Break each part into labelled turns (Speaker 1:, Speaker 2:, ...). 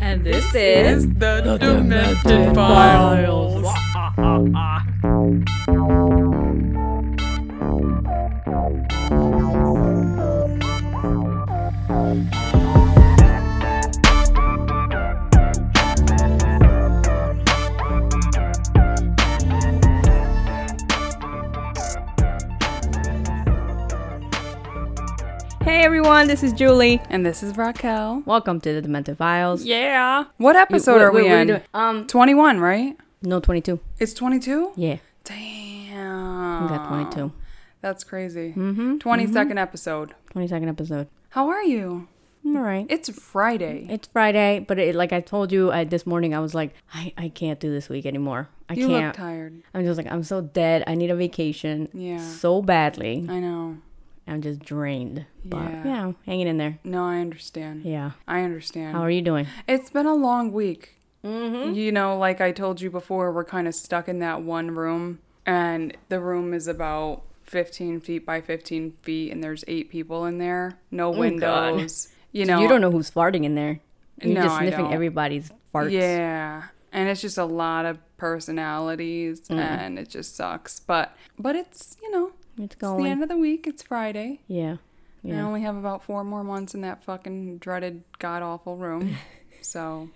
Speaker 1: and this
Speaker 2: is
Speaker 1: the, the
Speaker 2: Demented
Speaker 1: Files.
Speaker 2: Hey everyone, this is Julie. And this is Raquel.
Speaker 3: Welcome to the Demented Files.
Speaker 1: Yeah.
Speaker 2: What episode
Speaker 3: what-
Speaker 2: are
Speaker 3: what
Speaker 2: we
Speaker 3: were you
Speaker 2: on?
Speaker 3: doing? Um,
Speaker 2: 21, right?
Speaker 3: No, 22.
Speaker 2: It's 22?
Speaker 3: Yeah,
Speaker 2: Damn.
Speaker 3: we got 22.
Speaker 2: That's crazy. Mm-hmm. 20 second episode.
Speaker 3: 22nd episode.
Speaker 2: How are you?
Speaker 3: All right.
Speaker 2: It's Friday.
Speaker 3: It's Friday, but it, like I told you I, this morning, I was like, I, I can't do this week anymore. I
Speaker 2: you look
Speaker 3: can't.
Speaker 2: tired.
Speaker 3: I'm just like, I'm so dead. I need a vacation
Speaker 2: Yeah.
Speaker 3: so badly.
Speaker 2: I know.
Speaker 3: I'm just drained. But
Speaker 2: Yeah.
Speaker 3: yeah, I'm hanging in there.
Speaker 2: No, I understand.
Speaker 3: Yeah.
Speaker 2: I understand.
Speaker 3: How are you doing?
Speaker 2: It's been a long week.
Speaker 3: Mm-hmm.
Speaker 2: You know, like I told you before, we're kind of stuck in that one room, and the room is about 15 feet by 15 feet, and there's eight people in there, no
Speaker 3: Oh, God.
Speaker 2: windows. You know,
Speaker 3: you don't know who's farting in there. And you're
Speaker 2: No,
Speaker 3: just
Speaker 2: I
Speaker 3: sniffing
Speaker 2: don't.
Speaker 3: everybody's farts.
Speaker 2: Yeah. And it's just a lot of personalities,
Speaker 3: Mm.
Speaker 2: and it just sucks. But but it's you know
Speaker 3: It's
Speaker 2: it's the
Speaker 3: going.
Speaker 2: end of the week. It's Friday.
Speaker 3: Yeah.
Speaker 2: I
Speaker 3: Yeah.
Speaker 2: only have about four more months in that fucking dreaded god awful room. so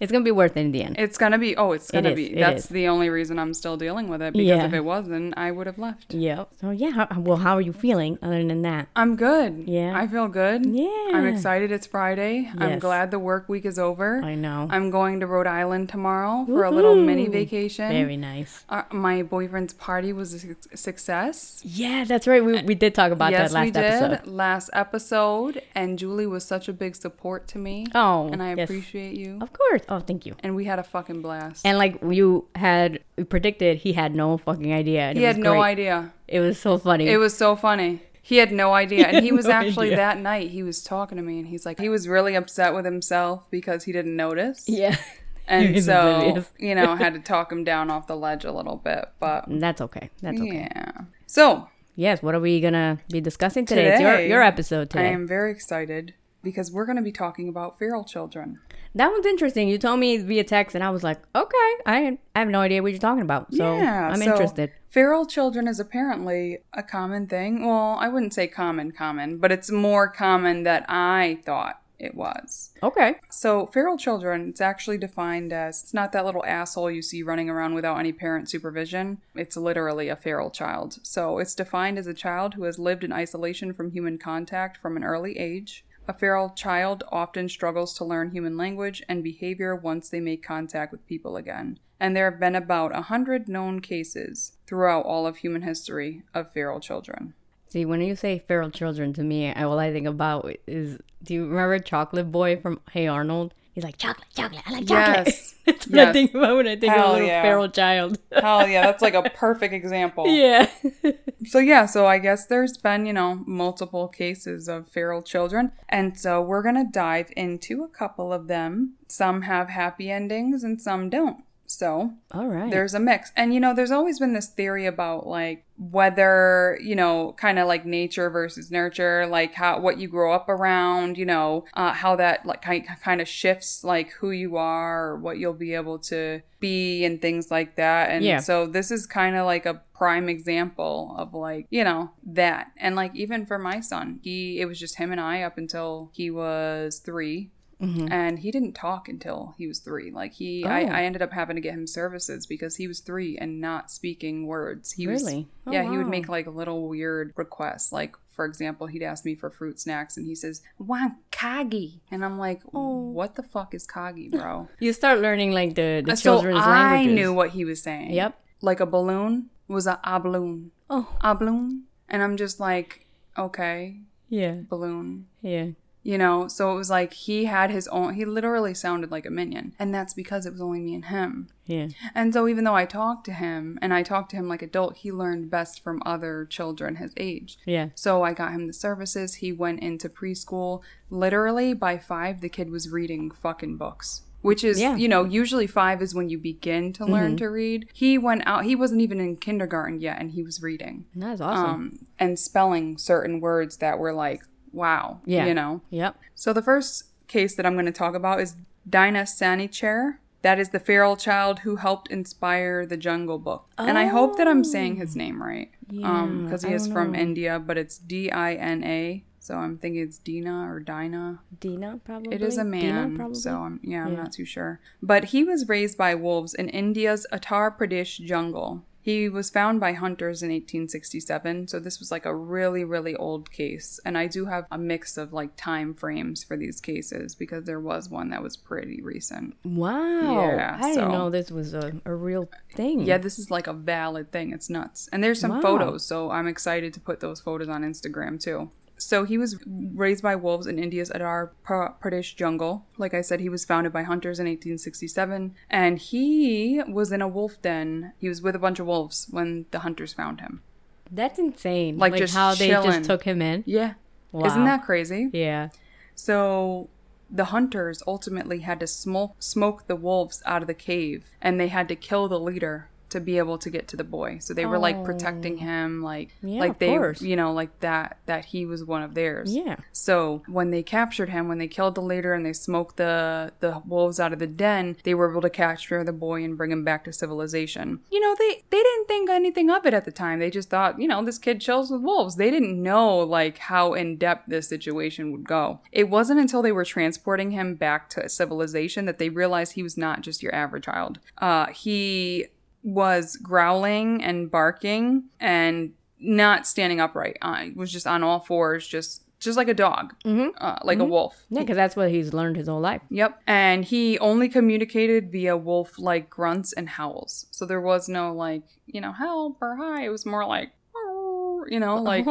Speaker 3: It's going to be worth it in the end.
Speaker 2: It's gonna be. Oh, it's gonna
Speaker 3: is,
Speaker 2: be.
Speaker 3: it
Speaker 2: That's
Speaker 3: is.
Speaker 2: the only reason I'm still dealing with it because
Speaker 3: Yeah.
Speaker 2: if it wasn't, I would have left.
Speaker 3: yeah. So, yeah. How, well, how are you feeling other than that?
Speaker 2: I'm good.
Speaker 3: Yeah.
Speaker 2: I feel good. I'm
Speaker 3: Yeah.
Speaker 2: excited. It's Friday. I'm
Speaker 3: Yes.
Speaker 2: glad the work week is over.
Speaker 3: I know.
Speaker 2: I'm going to Rhode Island tomorrow for a little mini
Speaker 3: Woohoo.
Speaker 2: vacation.
Speaker 3: Very nice.
Speaker 2: Our- my boyfriend's party was a suc- success.
Speaker 3: Yeah, that's right. We, we did talk about
Speaker 2: yes,
Speaker 3: that last
Speaker 2: we did
Speaker 3: episode.
Speaker 2: last episode, and Julie was such a big support to me.
Speaker 3: Oh,
Speaker 2: and I
Speaker 3: yes.
Speaker 2: appreciate you.
Speaker 3: Of course. Oh, thank you.
Speaker 2: And we had a fucking blast.
Speaker 3: And like you had predicted, he had no fucking idea. and
Speaker 2: he
Speaker 3: it
Speaker 2: had
Speaker 3: was
Speaker 2: no
Speaker 3: great.
Speaker 2: idea.
Speaker 3: It was so funny.
Speaker 2: It was so funny. He had no idea. And he was actually
Speaker 3: idea.
Speaker 2: that night, he was talking to me and he's like, he was really upset with himself because he didn't notice.
Speaker 3: yeah. He
Speaker 2: And
Speaker 3: was
Speaker 2: so,
Speaker 3: oblivious.
Speaker 2: you know, had to talk him down off the ledge a little bit. But
Speaker 3: That's okay. That's okay.
Speaker 2: yeah. So
Speaker 3: Yes. What are we gonna be discussing today? It's your
Speaker 2: Today,
Speaker 3: your episode
Speaker 2: I
Speaker 3: today.
Speaker 2: am very excited because we're going to be talking about feral children.
Speaker 3: That one's interesting. You told me via text, and I was like, okay, I I have no idea what you're talking about. So
Speaker 2: yeah.
Speaker 3: I'm
Speaker 2: so
Speaker 3: interested.
Speaker 2: Feral children is apparently a common thing. Well, I wouldn't say common, common, but it's more common that I thought it was.
Speaker 3: Okay.
Speaker 2: So, feral children, it's actually defined as it's not that little asshole you see running around without any parent supervision. It's literally a feral child. So, it's defined as a child who has lived in isolation from human contact from an early age. A feral child often struggles to learn human language and behavior once they make contact with people again. And there have been about a hundred known cases throughout all of human history of feral children.
Speaker 3: See, when you say feral children to me, I, all I think about is do you remember Chocolate Boy from Hey Arnold? He's like chocolate, chocolate. I like chocolate.
Speaker 2: Yes.
Speaker 3: That's what
Speaker 2: Yes.
Speaker 3: I think about when I think of a
Speaker 2: Hell
Speaker 3: little
Speaker 2: yeah.
Speaker 3: feral child.
Speaker 2: Hell yeah, that's like a perfect example.
Speaker 3: yeah.
Speaker 2: So yeah, so I guess there's been, you know, multiple cases of feral children. And so we're going to dive into a couple of them. Some have happy endings and some don't. So
Speaker 3: All right.
Speaker 2: there's a mix. And you know, there's always been this theory about like whether, you know, kind of like nature versus nurture, like how what you grow up around, you know, uh, how that like kind of shifts like who you are or what you'll be able to be and things like that. And
Speaker 3: Yeah.
Speaker 2: so this is kind of like a prime example of like, you know, that. And like even for my son, he it was just him and I up until he was 3
Speaker 3: Mm-hmm.
Speaker 2: and he didn't talk until he was three. Like he, I,
Speaker 3: Oh.
Speaker 2: I ended up having to get him services because he was three and not speaking words. He was,
Speaker 3: Really? Oh,
Speaker 2: yeah, he would
Speaker 3: wow.
Speaker 2: make like little weird requests. Like for example, he'd ask me for fruit snacks and he says "wankagi," and I'm like,
Speaker 3: Oh.
Speaker 2: "What the fuck is kagi, bro?"
Speaker 3: you start learning like the, the
Speaker 2: Uh, so
Speaker 3: children's
Speaker 2: I
Speaker 3: languages.
Speaker 2: knew what he was saying.
Speaker 3: Yep.
Speaker 2: Like a balloon was a abloon,
Speaker 3: Oh,
Speaker 2: abloon, and I'm just like, okay,
Speaker 3: yeah.
Speaker 2: balloon.
Speaker 3: Yeah.
Speaker 2: You know, so it was like he had his own, he literally sounded like a minion. And that's because it was only me and him.
Speaker 3: Yeah.
Speaker 2: And so even though I talked to him and I talked to him like adult, he learned best from other children his age.
Speaker 3: Yeah.
Speaker 2: So I got him the services. He went into preschool. Literally by five, the kid was reading fucking books. Which is,
Speaker 3: Yeah. Mm-hmm.
Speaker 2: you know, usually five is when you begin to learn to read. He went out, he wasn't even in kindergarten yet, and he was reading
Speaker 3: That's awesome.
Speaker 2: um, and spelling certain words that were like, wow,
Speaker 3: yeah.
Speaker 2: you know.
Speaker 3: Yep.
Speaker 2: So the first case that I'm going to talk about is Dinah Sanicher. That is the feral child who helped inspire the Jungle Book. And I hope that I'm saying his name right. Um,
Speaker 3: Yeah,
Speaker 2: 'cause because
Speaker 3: I
Speaker 2: he is
Speaker 3: don't
Speaker 2: from
Speaker 3: know.
Speaker 2: India, but it's D I N A. So I'm thinking it's Dina or Dinah.
Speaker 3: Dina, probably.
Speaker 2: It is a
Speaker 3: Dina,
Speaker 2: man,
Speaker 3: probably?
Speaker 2: so I'm yeah, I'm
Speaker 3: Yeah.
Speaker 2: not too sure. But he was raised by wolves in India's Uttar Pradesh jungle. He was found by hunters in 1867, so this was like a really really old case. And I do have a mix of like time frames for these cases because there was one that was pretty recent.
Speaker 3: Wow.
Speaker 2: Yeah,
Speaker 3: I didn't
Speaker 2: so-
Speaker 3: know this was a, a real thing.
Speaker 2: Yeah, this is like a valid thing. It's nuts. And there's some
Speaker 3: Wow.
Speaker 2: photos, so I'm excited to put those photos on Instagram too. So he was raised by wolves in India's Adar Pra- Pradesh jungle. Like I said, he was founded by hunters in 1867, and he was in a wolf den. He was with a bunch of wolves when the hunters found him.
Speaker 3: That's insane.
Speaker 2: Like,
Speaker 3: Like,
Speaker 2: just
Speaker 3: how they
Speaker 2: chilling.
Speaker 3: just took him in.
Speaker 2: Yeah. Isn't
Speaker 3: Wow.
Speaker 2: that crazy?
Speaker 3: Yeah.
Speaker 2: So the hunters ultimately had to smoke smoke the wolves out of the cave and they had to kill the leader to be able to get to the boy. So they were like protecting him like
Speaker 3: Oh. Yeah,
Speaker 2: like
Speaker 3: of
Speaker 2: they
Speaker 3: course.
Speaker 2: you know like that that he was one of theirs.
Speaker 3: Yeah.
Speaker 2: So when they captured him, when they killed the leader and they smoked the the wolves out of the den, they were able to capture the boy and bring him back to civilization. You know, they they didn't think anything of it at the time. They just thought, you know, this kid chills with wolves. They didn't know like how in depth this situation would go. It wasn't until they were transporting him back to civilization that they realized he was not just your average child. Uh, he was growling and barking and not standing upright. I was just on all fours, just just like a dog,
Speaker 3: Mm-hmm.
Speaker 2: uh, like a wolf.
Speaker 3: Yeah, because that's what he's learned his whole life.
Speaker 2: Yep. And he only communicated via wolf like grunts and howls. So there was no like, you know, help or hi. It was more like, "Meow," you know, like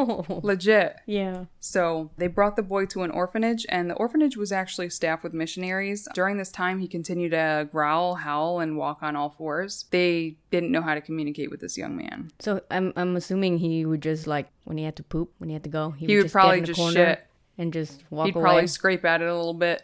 Speaker 2: legit.
Speaker 3: Yeah.
Speaker 2: So they brought the boy to an orphanage, and the orphanage was actually staffed with missionaries. During this time, he continued to growl, howl, and walk on all fours. They didn't know how to communicate with this young man.
Speaker 3: So I'm I'm assuming he would just like when he had to poop, when he had to go, he,
Speaker 2: He would
Speaker 3: just
Speaker 2: probably
Speaker 3: get in the
Speaker 2: just
Speaker 3: corner
Speaker 2: shit.
Speaker 3: and just walk
Speaker 2: He'd
Speaker 3: away.
Speaker 2: probably scrape at it a little bit.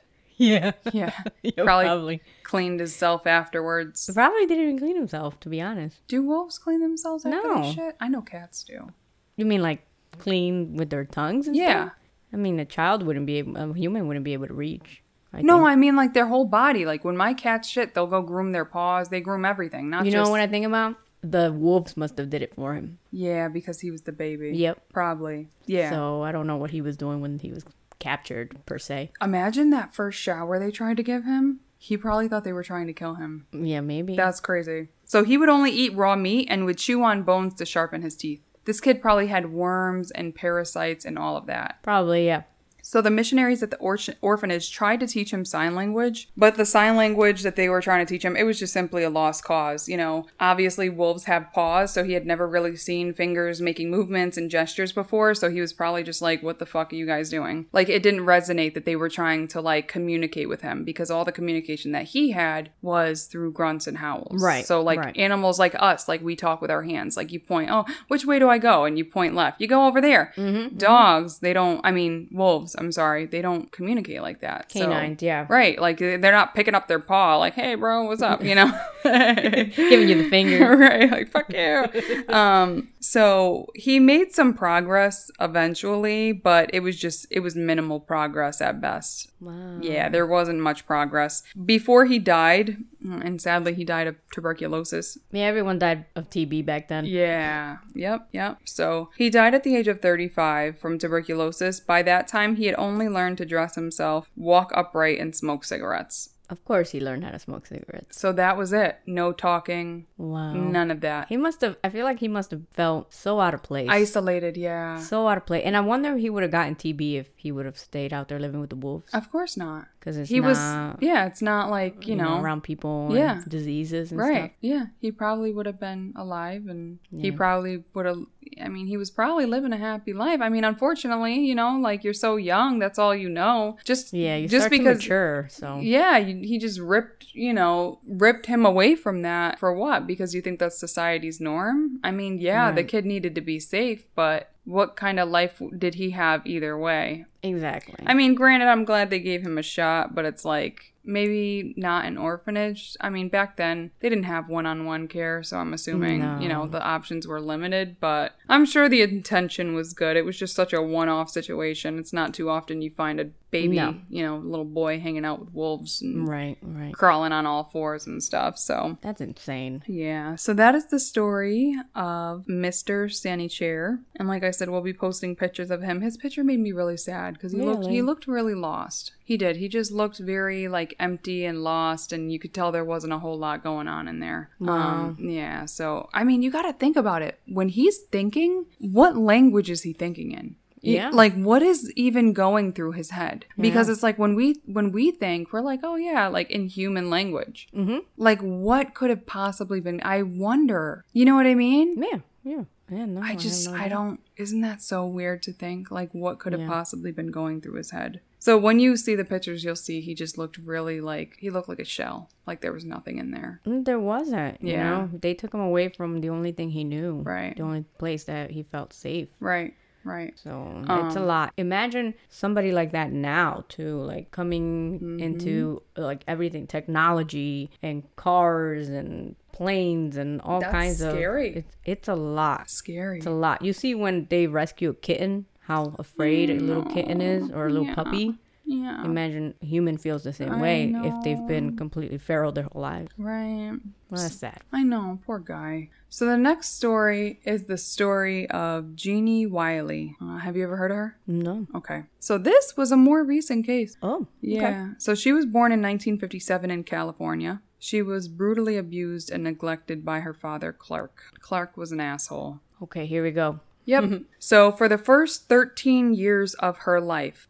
Speaker 3: yeah.
Speaker 2: Yeah.
Speaker 3: probably.
Speaker 2: probably. Cleaned himself afterwards.
Speaker 3: Probably didn't even clean himself, to be honest.
Speaker 2: Do wolves clean themselves after
Speaker 3: No.
Speaker 2: that shit? I know cats do.
Speaker 3: You mean like clean with their tongues? And
Speaker 2: Yeah.
Speaker 3: Stuff? I mean, a child wouldn't be able, a human wouldn't be able to reach. I
Speaker 2: No,
Speaker 3: think.
Speaker 2: I mean like their whole body. Like when my cats shit, they'll go groom their paws. They groom everything. Not
Speaker 3: you
Speaker 2: just
Speaker 3: know what I think about? The wolves must have did it for him.
Speaker 2: yeah, because he was the baby.
Speaker 3: Yep.
Speaker 2: Probably. Yeah.
Speaker 3: So I don't know what he was doing when he was captured per se.
Speaker 2: Imagine that first shower they tried to give him. He probably thought they were trying to kill him.
Speaker 3: Yeah, maybe.
Speaker 2: That's crazy. So he would only eat raw meat and would chew on bones to sharpen his teeth. This kid probably had worms and parasites and all of that.
Speaker 3: Probably yeah.
Speaker 2: So the missionaries at the or- orphanage tried to teach him sign language, but the sign language that they were trying to teach him, it was just simply a lost cause. You know, obviously wolves have paws, so he had never really seen fingers making movements and gestures before, so he was probably just like, what the fuck are you guys doing? Like, it didn't resonate that they were trying to like communicate with him because all the communication that he had was through grunts and howls.
Speaker 3: Right,
Speaker 2: So, like,
Speaker 3: right.
Speaker 2: animals like us, like we talk with our hands. Like you point, oh, which way do I go? And you point left. You go over there.
Speaker 3: Mm-hmm,
Speaker 2: Dogs, they don't. I mean, wolves. I'm sorry, they don't communicate like that. So-
Speaker 3: Canines, yeah.
Speaker 2: Right, like they're not picking up their paw. Like, hey, bro, what's up? You know,
Speaker 3: Giving you the finger.
Speaker 2: right? Like, fuck you. um, so he made some progress eventually, but it was just it was minimal progress at best.
Speaker 3: Wow.
Speaker 2: Yeah, there wasn't much progress before he died, and sadly, he died of tuberculosis.
Speaker 3: Yeah, everyone died of TB back then.
Speaker 2: Yeah. Yep. Yep. So he died at the age of 35 from tuberculosis. By that time, he had only learned to dress himself, walk upright, and smoke cigarettes.
Speaker 3: Of course, he learned how to smoke cigarettes.
Speaker 2: So that was it. No talking,
Speaker 3: Wow.
Speaker 2: none of that.
Speaker 3: He must have. I feel like he must have felt so out of place.
Speaker 2: Isolated. Yeah.
Speaker 3: so out of place. And I wonder if he would have gotten TB if he would have stayed out there living with the wolves.
Speaker 2: Of course not.
Speaker 3: Because it's
Speaker 2: Uh, He
Speaker 3: not,
Speaker 2: was, yeah, it's not like, you,
Speaker 3: you
Speaker 2: know,
Speaker 3: know, around people.
Speaker 2: Yeah.
Speaker 3: and diseases and
Speaker 2: right.
Speaker 3: stuff.
Speaker 2: Yeah. He probably would have been alive and he
Speaker 3: Yeah.
Speaker 2: probably would have, I mean, he was probably living a happy life. I mean, unfortunately, you know, like you're so young, that's all you know. Just,
Speaker 3: Yeah, you
Speaker 2: just
Speaker 3: start to
Speaker 2: because
Speaker 3: mature. So
Speaker 2: Yeah, you- he just ripped, you know, ripped him away from that for what? Because you think that's society's norm? I mean, yeah, the
Speaker 3: Right.
Speaker 2: kid needed to be safe, but what kind of life did he have either way?
Speaker 3: exactly.
Speaker 2: I mean, granted, I'm glad they gave him a shot, but it's like maybe not an orphanage. I mean, back then they didn't have one on one care, so I'm assuming, you know, the options were limited, but I'm sure the intention was good. It was just such a one off situation. It's not too often you find a baby,
Speaker 3: No.
Speaker 2: you know, little boy hanging out with wolves and
Speaker 3: Right, right.
Speaker 2: crawling on all fours and stuff. So,
Speaker 3: That's insane.
Speaker 2: yeah. So that is the story of Mr. Sandy Chair. And like I said, we'll be posting pictures of him. His picture made me really sad because he looked he
Speaker 3: Really?
Speaker 2: looked really lost. He did. He just looked very like empty and lost and you could tell there wasn't a whole lot going on in there. Um yeah. So, I mean, you got to think about it. When he's thinking, what language is he thinking in? Y-
Speaker 3: Yeah.
Speaker 2: Like what is even going through his head? Because it's like when we when we think, we're like, "Oh yeah, like in human language."
Speaker 3: Mhm.
Speaker 2: Like what could have possibly been? I wonder. You know what I mean?
Speaker 3: Yeah, yeah. Yeah, no.
Speaker 2: I
Speaker 3: have
Speaker 2: just
Speaker 3: no
Speaker 2: I
Speaker 3: idea.
Speaker 2: don't isn't that so weird to think like what could have
Speaker 3: Yeah.
Speaker 2: possibly been going through his head? So when you see the pictures, you'll see he just looked really like he looked like a shell, like there was nothing in there.
Speaker 3: Mm, There wasn't. You
Speaker 2: Yeah.
Speaker 3: know, they took him away from the only thing he knew.
Speaker 2: Right.
Speaker 3: The only place that he felt safe.
Speaker 2: Right. Right.
Speaker 3: So it's
Speaker 2: Um,
Speaker 3: a lot. Imagine somebody like that now too, like coming into
Speaker 2: Mm-hmm.
Speaker 3: like everything, technology and cars and planes and all
Speaker 2: That's
Speaker 3: kinds of.
Speaker 2: scary.
Speaker 3: It's it's a lot.
Speaker 2: Scary.
Speaker 3: It's a lot. You see when they rescue a kitten, how afraid a little kitten is or a little
Speaker 2: Yeah.
Speaker 3: puppy.
Speaker 2: Mm, yeah.
Speaker 3: Imagine human feels the same
Speaker 2: I
Speaker 3: way if they've been completely feral their whole lives.
Speaker 2: Right.
Speaker 3: Well, that's sad.
Speaker 2: I know, poor guy. So the next story is the story of Jeannie Wiley. Uh, have you ever heard of her?
Speaker 3: No.
Speaker 2: Okay. So this was a more recent case.
Speaker 3: Oh.
Speaker 2: Yeah. So she was born in 1957 in California. She was brutally abused and neglected by her father, Clark. Clark was an asshole.
Speaker 3: Okay, here we go.
Speaker 2: Yep. so for the first 13 years of her life,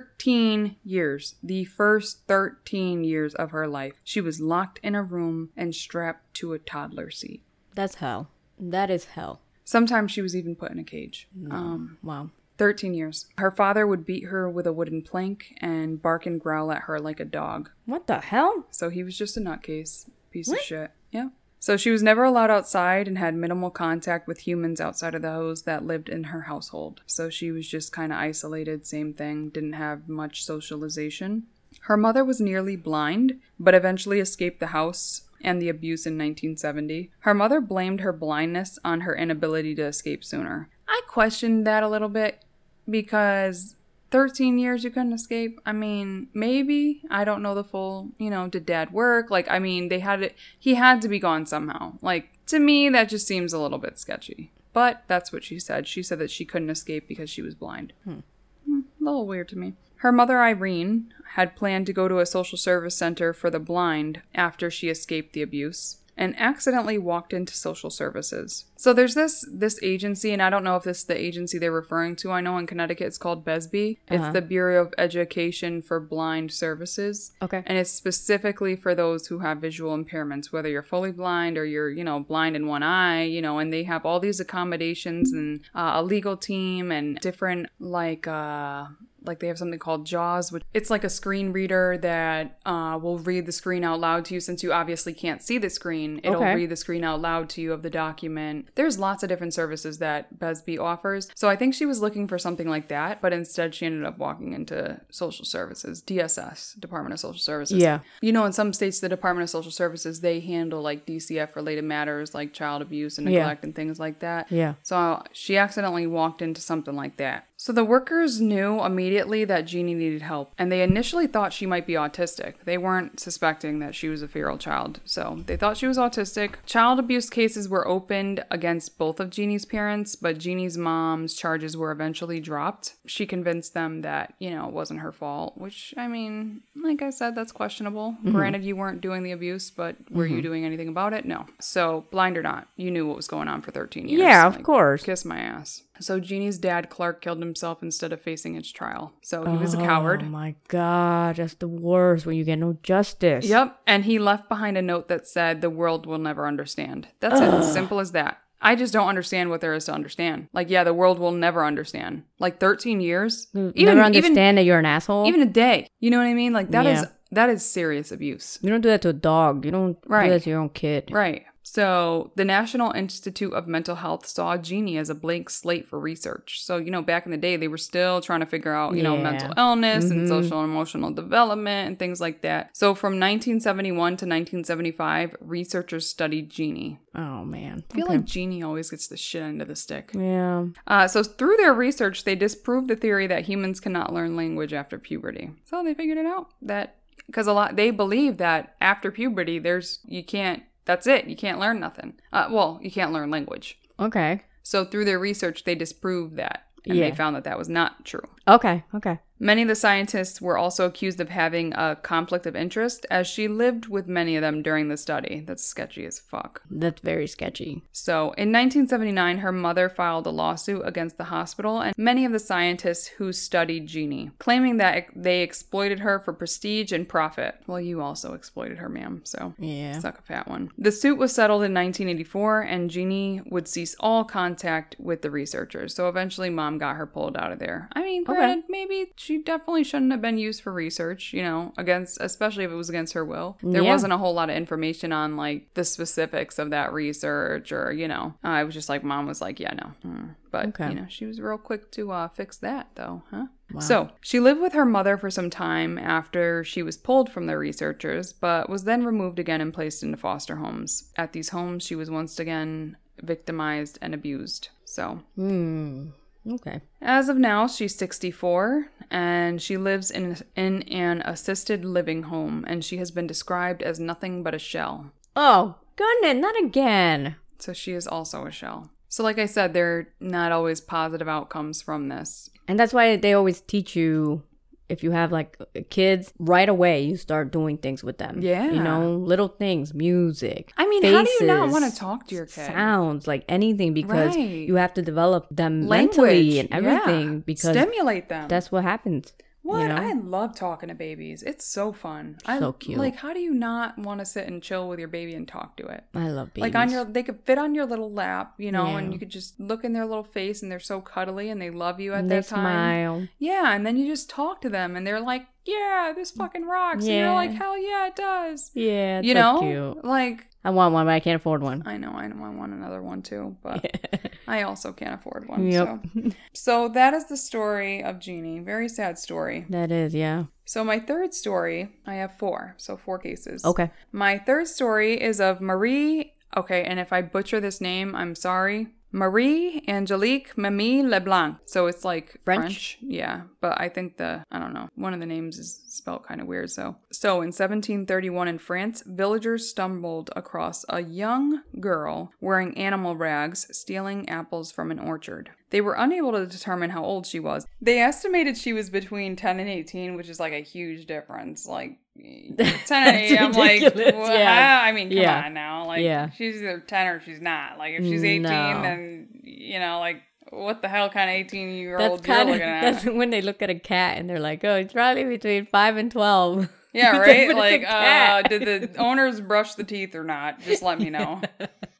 Speaker 2: 13 years, the first 13 years of her life, she was locked in a room and strapped to a toddler seat.
Speaker 3: That's hell. That is hell.
Speaker 2: Sometimes she was even put in a cage. Um,
Speaker 3: Wow.
Speaker 2: 13 years. Her father would beat her with a wooden plank and bark and growl at her like a dog.
Speaker 3: What the hell?
Speaker 2: So he was just a nutcase. Piece of shit. Yeah. So she was never allowed outside and had minimal contact with humans outside of those that lived in her household. So she was just kind of isolated, same thing, didn't have much socialization. Her mother was nearly blind, but eventually escaped the house and the abuse in 1970. Her mother blamed her blindness on her inability to escape sooner. I questioned that a little bit because 13 years you couldn't escape. I mean, maybe. I don't know the full, you know, did dad work? Like, I mean, they had it, he had to be gone somehow. Like, to me, that just seems a little bit sketchy. But that's what she said. She said that she couldn't escape because she was blind. Hmm, a little weird to me. Her mother, Irene, had planned to go to a social service center for the blind after she escaped the abuse and accidentally walked into social services. So there's this this agency and I don't know if this is the agency they're referring to. I know in Connecticut it's called BESB. It's the Bureau of Education for Blind Services.
Speaker 3: Okay.
Speaker 2: And it's specifically for those who have visual impairments, whether you're fully blind or you're, you know, blind in one eye, you know, and they have all these accommodations and uh, a legal team and different, like, uh, like they have something called JAWS, which it's like a screen reader that uh, will read the screen out loud to you. Since you obviously can't see the screen, it'll
Speaker 3: Okay.
Speaker 2: read the screen out loud to you of the document. There's lots of different services that Besby offers. So I think she was looking for something like that, but instead she ended up walking into social services, DSS, Department of Social Services.
Speaker 3: Yeah.
Speaker 2: You know, in some states, the Department of Social Services, they handle like DCF related matters like child abuse and
Speaker 3: Yeah.
Speaker 2: neglect and things like that.
Speaker 3: Yeah.
Speaker 2: So she accidentally walked into something like that. So the workers knew immediately that Jeannie needed help, and they initially thought she might be autistic. They weren't suspecting that she was a feral child, so they thought she was autistic. Child abuse cases were opened against both of Jeannie's parents, but Jeannie's mom's charges were eventually dropped. She convinced them that, you know, it wasn't her fault, which, I mean, like I said, that's questionable. Granted, you weren't doing the abuse, but were you doing anything about it? No. So, blind or not, you knew what was going on for 13 years.
Speaker 3: Yeah, of
Speaker 2: Like,
Speaker 3: course.
Speaker 2: Kiss my ass. So Jeannie's dad, Clark, killed himself instead of facing his trial. So he was a
Speaker 3: Oh
Speaker 2: coward.
Speaker 3: my god, that's the worst when you get no justice.
Speaker 2: Yep. And he left behind a note that said, The world will never understand. That's it. Simple as that. I just don't understand what there is to understand. Like, yeah, the world will never understand. Like 13 years?
Speaker 3: You Mm, never understand that you're an asshole.
Speaker 2: Even, even a day. You know what I mean? Like, that is
Speaker 3: Yeah.
Speaker 2: That is serious abuse.
Speaker 3: You don't do that to a dog. You don't
Speaker 2: Right.
Speaker 3: do that to your own kid.
Speaker 2: Right. So the National Institute of Mental Health saw Genie as a blank slate for research. So, you know, back in the day, they were still trying to figure out, you know,
Speaker 3: Yeah.
Speaker 2: mental illness
Speaker 3: Mhm.
Speaker 2: and social and emotional development and things like that. So from 1971 to 1975, researchers studied Genie.
Speaker 3: Oh man.
Speaker 2: I feel
Speaker 3: Okay.
Speaker 2: like Genie always gets the shit end of the stick.
Speaker 3: yeah.
Speaker 2: Uh, so through their research, they disproved the theory that humans cannot learn language after puberty. So they figured it out that because a lot they believe that after puberty, there's you can't. That's it. You can't learn nothing. Uh, well, you can't learn language.
Speaker 3: Okay.
Speaker 2: So through their research, they disproved that, and
Speaker 3: Yeah.
Speaker 2: they found that that was not true.
Speaker 3: Okay. Okay.
Speaker 2: Many of the scientists were also accused of having a conflict of interest, as she lived with many of them during the study. That's sketchy as fuck.
Speaker 3: That's very sketchy.
Speaker 2: So, in 1979, her mother filed a lawsuit against the hospital and many of the scientists who studied Jeannie, claiming that they exploited her for prestige and profit. Well, you also exploited her, ma'am, so.
Speaker 3: Yeah.
Speaker 2: Suck a fat one. The suit was settled in 1984, and Jeannie would cease all contact with the researchers. So eventually, mom got her pulled out of there. I mean,
Speaker 3: Okay.
Speaker 2: granted, maybe she definitely shouldn't have been used for research, you know, against, especially if it was against her will. There
Speaker 3: Yeah.
Speaker 2: wasn't a whole lot of information on like the specifics of that research, or, you know, I was just like, mom was like, yeah, no. Hmm. But,
Speaker 3: Okay.
Speaker 2: you know, she was real quick to uh, fix that, though, huh?
Speaker 3: Wow.
Speaker 2: So she lived with her mother for some time after she was pulled from the researchers, but was then removed again and placed into foster homes. At these homes, she was once again victimized and abused. So,
Speaker 3: Hmm. Okay.
Speaker 2: as of now, she's 64 and she lives in, in an assisted living home, and she has been described as nothing but a shell.
Speaker 3: Oh goodness, not again.
Speaker 2: So, she is also a shell. So, like I said, there are not always positive outcomes from this.
Speaker 3: And that's why they always teach you if you have like kids right away, you start doing things with them. You
Speaker 2: Yeah.
Speaker 3: know, little things, music.
Speaker 2: I mean, how do you not
Speaker 3: faces,
Speaker 2: want to talk to your kid?
Speaker 3: Sounds like anything because
Speaker 2: Right.
Speaker 3: you have to develop them
Speaker 2: Language
Speaker 3: mentally and
Speaker 2: yeah.
Speaker 3: everything because
Speaker 2: stimulate them.
Speaker 3: that's what happens.
Speaker 2: What?
Speaker 3: You know?
Speaker 2: I love talking to babies. It's so fun. I,
Speaker 3: So cute.
Speaker 2: Like, how do you not want to sit and chill with your baby and talk to it?
Speaker 3: I love babies.
Speaker 2: Like on your, they could fit on your little lap, you know, and
Speaker 3: Yeah.
Speaker 2: you could just look in their little face, and they're so cuddly, and they love you at
Speaker 3: they
Speaker 2: that time.
Speaker 3: smile.
Speaker 2: Yeah, and then you just talk to them, and they're like, "Yeah, this fucking rocks," and
Speaker 3: Mm. Yeah.
Speaker 2: you're like, "Hell yeah, it does."
Speaker 3: Yeah, it's
Speaker 2: you
Speaker 3: so
Speaker 2: know,
Speaker 3: cute.
Speaker 2: like
Speaker 3: I want one, but I can't afford one.
Speaker 2: I know I know I want another one too, but I also can't afford one.
Speaker 3: Yep.
Speaker 2: So. so that is the story of Jeannie. Very sad story.
Speaker 3: that is, yeah.
Speaker 2: So, my third story, I have four, so four cases.
Speaker 3: Okay.
Speaker 2: My third story is of Marie. Okay, and if I butcher this name, I'm sorry. Marie Angelique Mimi Leblanc. So it's like
Speaker 3: French?
Speaker 2: Yeah, but I think the, I don't know, one of the names is spelled kind of weird. So, so in 1731 in France, villagers stumbled across a young girl wearing animal rags stealing apples from an orchard. They were unable to determine how old she was. They estimated she was between 10 and 18, which is like a huge difference. Like, 10 and 18, I'm like,
Speaker 3: ridiculous,
Speaker 2: well,
Speaker 3: yeah.
Speaker 2: I mean, come
Speaker 3: Yeah.
Speaker 2: on now. Like,
Speaker 3: Yeah.
Speaker 2: she's either 10 or she's not. Like, if she's 18,
Speaker 3: No.
Speaker 2: then, you know, like, what the hell kind of 18 year
Speaker 3: That's
Speaker 2: old you're
Speaker 3: kind of
Speaker 2: looking at?
Speaker 3: that's when they look at a cat and they're like, "Oh, it's probably between five and 12.
Speaker 2: Yeah,
Speaker 3: But it's a
Speaker 2: right? Like, uh,
Speaker 3: cat.
Speaker 2: did the owners brush the teeth or not? Just let me know.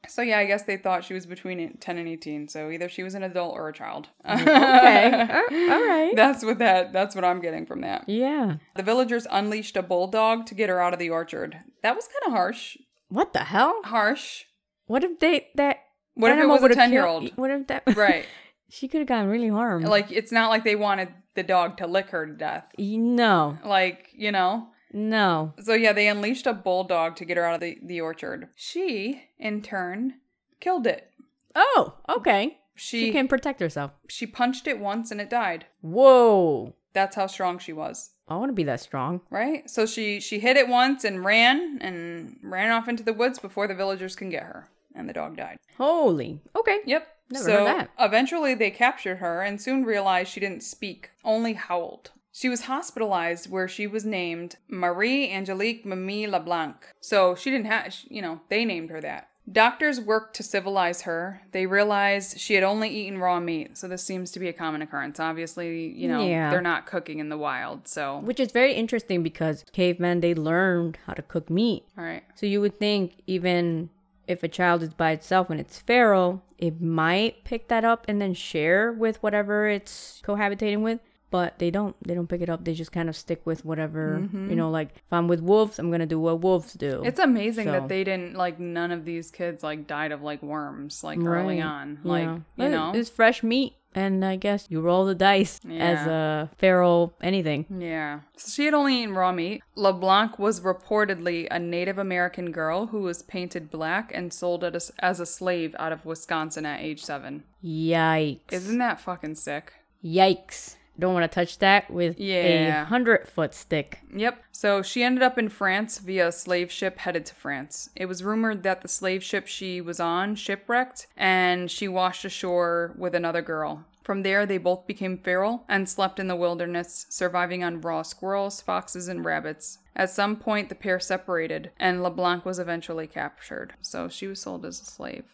Speaker 2: So, yeah, I guess they thought she was between 10 and 18. So either she was an adult or a child.
Speaker 3: Mm-hmm. okay, all- all right.
Speaker 2: That's what that. That's what I'm getting from that.
Speaker 3: yeah.
Speaker 2: The villagers unleashed a bulldog to get her out of the orchard. That was kind of harsh.
Speaker 3: What the hell?
Speaker 2: Harsh.
Speaker 3: What if they that
Speaker 2: What if it
Speaker 3: animal
Speaker 2: was a
Speaker 3: would've
Speaker 2: 10 year
Speaker 3: killed-
Speaker 2: old?
Speaker 3: What if that?
Speaker 2: Right.
Speaker 3: she could have gotten really harmed.
Speaker 2: Like, it's not like they wanted the dog to lick her to death.
Speaker 3: no,
Speaker 2: Like, you know?
Speaker 3: no.
Speaker 2: So, yeah, they unleashed a bulldog to get her out of the, the orchard. She, in turn, killed it.
Speaker 3: Oh, okay.
Speaker 2: She,
Speaker 3: She,
Speaker 2: she,
Speaker 3: can protect herself.
Speaker 2: punched it once and it died.
Speaker 3: Whoa,
Speaker 2: That's how strong she was,
Speaker 3: I want to be that strong.
Speaker 2: right? So she she hit it once and ran and ran off into the woods before the villagers can get her, and the dog died.
Speaker 3: Holy. Okay.
Speaker 2: Yep.
Speaker 3: Never heard
Speaker 2: so
Speaker 3: that.
Speaker 2: eventually they captured her and soon realized she didn't speak, only howled. She was hospitalized where she was named Marie Angelique Mimi LeBlanc. So she didn't have, you know, they named her that. Doctors worked to civilize her. They realized she had only eaten raw meat, so this seems to be a common occurrence. Obviously, you know,
Speaker 3: Yeah.
Speaker 2: they're not cooking in the wild, so.
Speaker 3: Which is very interesting because cavemen they learned how to cook meat.
Speaker 2: All right.
Speaker 3: So you would think even if a child is by itself and it's feral, it might pick that up and then share with whatever it's cohabitating with. but they don't they don't pick it up they just kind of stick with whatever you know like if i'm with wolves i'm gonna do what wolves do
Speaker 2: Mm-hmm. It's amazing
Speaker 3: So-
Speaker 2: that they didn't like none of these kids like died of like worms like early
Speaker 3: Right.
Speaker 2: on.
Speaker 3: Yeah.
Speaker 2: Like you
Speaker 3: It-
Speaker 2: know,
Speaker 3: it's fresh meat and i guess you roll the dice as a feral anything
Speaker 2: Yeah. So she had only eaten raw meat. LeBlanc was reportedly a Native American girl who was painted black and sold at a, as a slave out of Wisconsin at age seven.
Speaker 3: yikes
Speaker 2: Isn't that fucking sick?
Speaker 3: yikes don't want to touch that with
Speaker 2: Yeah.
Speaker 3: a hundred foot stick
Speaker 2: Yep. So she ended up in France via a slave ship headed to France. It was rumored that the slave ship she was on shipwrecked and she washed ashore with another girl. From there, they both became feral and slept in the wilderness, surviving on raw squirrels, foxes, and rabbits. At some point, the pair separated, and LeBlanc was eventually captured. So she was sold as a slave.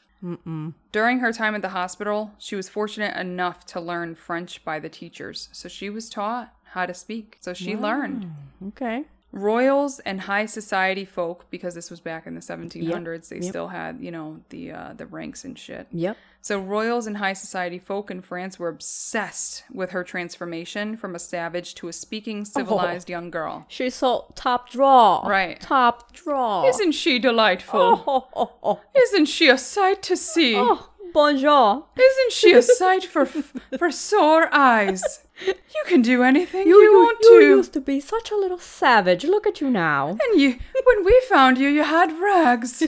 Speaker 2: During her time at the hospital, she was fortunate enough to learn French by the teachers, so she was taught how to speak. So she learned.
Speaker 3: okay
Speaker 2: Royals and high society folk, because this was back in the 1700s, they still had, you know, the uh, the ranks and shit.
Speaker 3: yep
Speaker 2: So royals and high society folk in France were obsessed with her transformation from a savage to a
Speaker 3: Oh.
Speaker 2: speaking, civilized young girl.
Speaker 3: she sold top draw
Speaker 2: Right.
Speaker 3: top draw
Speaker 2: Isn't she delightful?
Speaker 3: oh, oh, oh.
Speaker 2: Isn't she a sight to see?
Speaker 3: oh bonjour
Speaker 2: Isn't she a sight for for sore eyes? You can do anything you, want
Speaker 3: you
Speaker 2: to.
Speaker 3: used to be such a little savage. Look at you now.
Speaker 2: and you, when we found you, you had rags.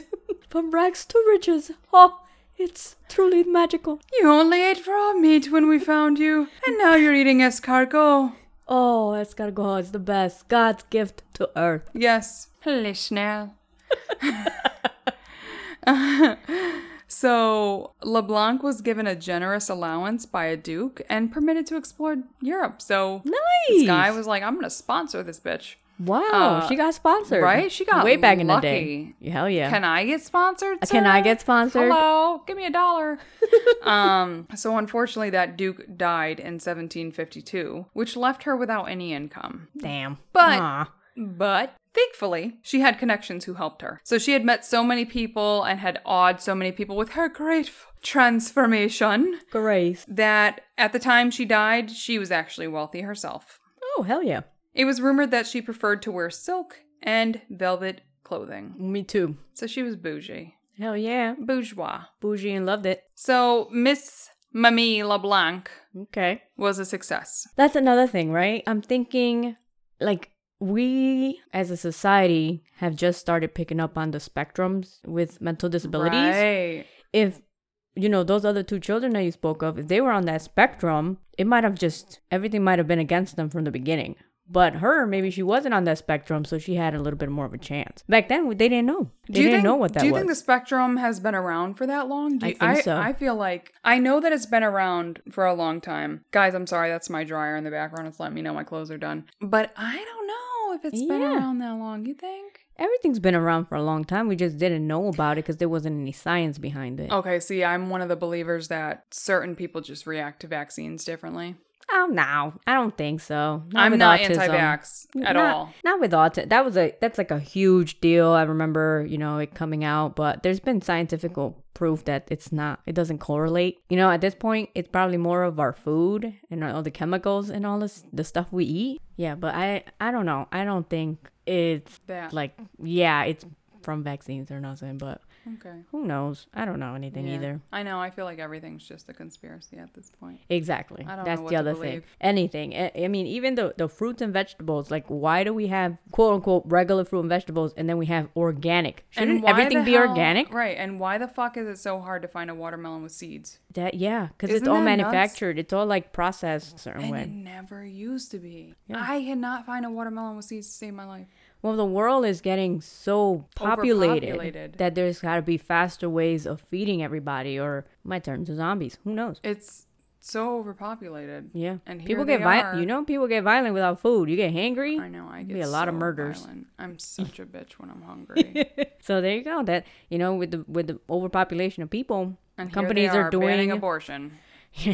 Speaker 3: From rags to riches. Oh, it's truly magical.
Speaker 2: You only ate raw meat when we found you, and now you're eating escargot.
Speaker 3: Oh, escargot is the best. God's gift to earth.
Speaker 2: Yes. Hello, Schnell. so, LeBlanc was given a generous allowance by a duke and permitted to explore Europe. So,
Speaker 3: Nice.
Speaker 2: this guy was like, I'm going to sponsor this bitch.
Speaker 3: wow,
Speaker 2: uh,
Speaker 3: she got sponsored.
Speaker 2: right? She got
Speaker 3: way back in
Speaker 2: lucky.
Speaker 3: the day. Hell yeah.
Speaker 2: Can I get sponsored?
Speaker 3: Can I
Speaker 2: sir?
Speaker 3: get sponsored?
Speaker 2: Hello, give me a dollar. um, so unfortunately, that duke died in 1752, which left her without any income.
Speaker 3: Damn.
Speaker 2: But-
Speaker 3: Aw.
Speaker 2: But thankfully, she had connections who helped her. So she had met so many people and had awed so many people with her great f- transformation
Speaker 3: grace.
Speaker 2: that at the time she died, she was actually wealthy herself.
Speaker 3: Oh hell yeah.
Speaker 2: It was rumored that she preferred to wear silk and velvet clothing.
Speaker 3: Me too.
Speaker 2: So she was bougie.
Speaker 3: Hell yeah.
Speaker 2: Bourgeois.
Speaker 3: Bougie and loved it.
Speaker 2: So Miss Mamie LeBlanc
Speaker 3: Okay.
Speaker 2: was a success.
Speaker 3: That's another thing, right? I'm thinking like we as a society have just started picking up on the spectrums with mental disabilities.
Speaker 2: Right.
Speaker 3: If you know those other two children that you spoke of, if they were on that spectrum, it might have just everything might have been against them from the beginning. But her, maybe she wasn't on that spectrum, so she had a little bit more of a chance. Back then, they didn't know. They
Speaker 2: you
Speaker 3: didn't
Speaker 2: think,
Speaker 3: know what that
Speaker 2: Do you
Speaker 3: was.
Speaker 2: think the spectrum has been around for that long? Do
Speaker 3: I
Speaker 2: you-
Speaker 3: think
Speaker 2: I,
Speaker 3: so.
Speaker 2: I feel like I know that it's been around for a long time. Guys, I'm sorry, that's my dryer in the background. It's letting me know my clothes are done. But I don't know if it's been
Speaker 3: Yeah.
Speaker 2: around that long. You think?
Speaker 3: Everything's been around for a long time. We just didn't know about it because there wasn't any science behind it.
Speaker 2: Okay, see, I'm one of the believers that certain people just react to vaccines differently.
Speaker 3: Oh no, I don't think so.
Speaker 2: I'm
Speaker 3: with
Speaker 2: not
Speaker 3: autism.
Speaker 2: anti-vax at
Speaker 3: Not-
Speaker 2: all.
Speaker 3: Not with autism. That was a that's like a huge deal. I remember, you know, it coming out, but there's been scientific proof that it's not. It doesn't correlate. You know, at this point, it's probably more of our food and all the chemicals and all this the stuff we eat. Yeah, but I I don't know. I don't think it's
Speaker 2: That
Speaker 3: like yeah, it's from vaccines or nothing. But
Speaker 2: okay.
Speaker 3: who knows? I don't know anything
Speaker 2: Yeah.
Speaker 3: either.
Speaker 2: I know. I feel like everything's just a conspiracy at this point.
Speaker 3: Exactly.
Speaker 2: I don't
Speaker 3: That's
Speaker 2: know what
Speaker 3: the
Speaker 2: to
Speaker 3: other thing.
Speaker 2: believe.
Speaker 3: Anything. I, I mean, even the, the fruits and vegetables. Like, why do we have quote unquote regular fruit and vegetables, and then we have organic? Shouldn't
Speaker 2: why
Speaker 3: everything
Speaker 2: the
Speaker 3: be
Speaker 2: hell-
Speaker 3: organic?
Speaker 2: Right. And why the fuck is it so hard to find a watermelon with seeds?
Speaker 3: That yeah, because it's
Speaker 2: Isn't
Speaker 3: all
Speaker 2: that nuts?
Speaker 3: manufactured. It's all like processed a certain
Speaker 2: And it
Speaker 3: way.
Speaker 2: never used to be. I cannot find a watermelon with seeds to save my life.
Speaker 3: Well, the world is getting so populated
Speaker 2: Overpopulated.
Speaker 3: that there's got to be faster ways of feeding everybody, or might turn to zombies. Who knows?
Speaker 2: It's so overpopulated.
Speaker 3: Yeah,
Speaker 2: And here
Speaker 3: people
Speaker 2: they
Speaker 3: get
Speaker 2: are.
Speaker 3: violent. You know, people get violent without food. You get hangry.
Speaker 2: I know. I
Speaker 3: Be
Speaker 2: get
Speaker 3: a lot of
Speaker 2: so
Speaker 3: murders.
Speaker 2: violent. I'm such a bitch when I'm hungry.
Speaker 3: So there you go. That you know, with the with the overpopulation of people,
Speaker 2: And
Speaker 3: companies
Speaker 2: here they are,
Speaker 3: doing
Speaker 2: banning abortion.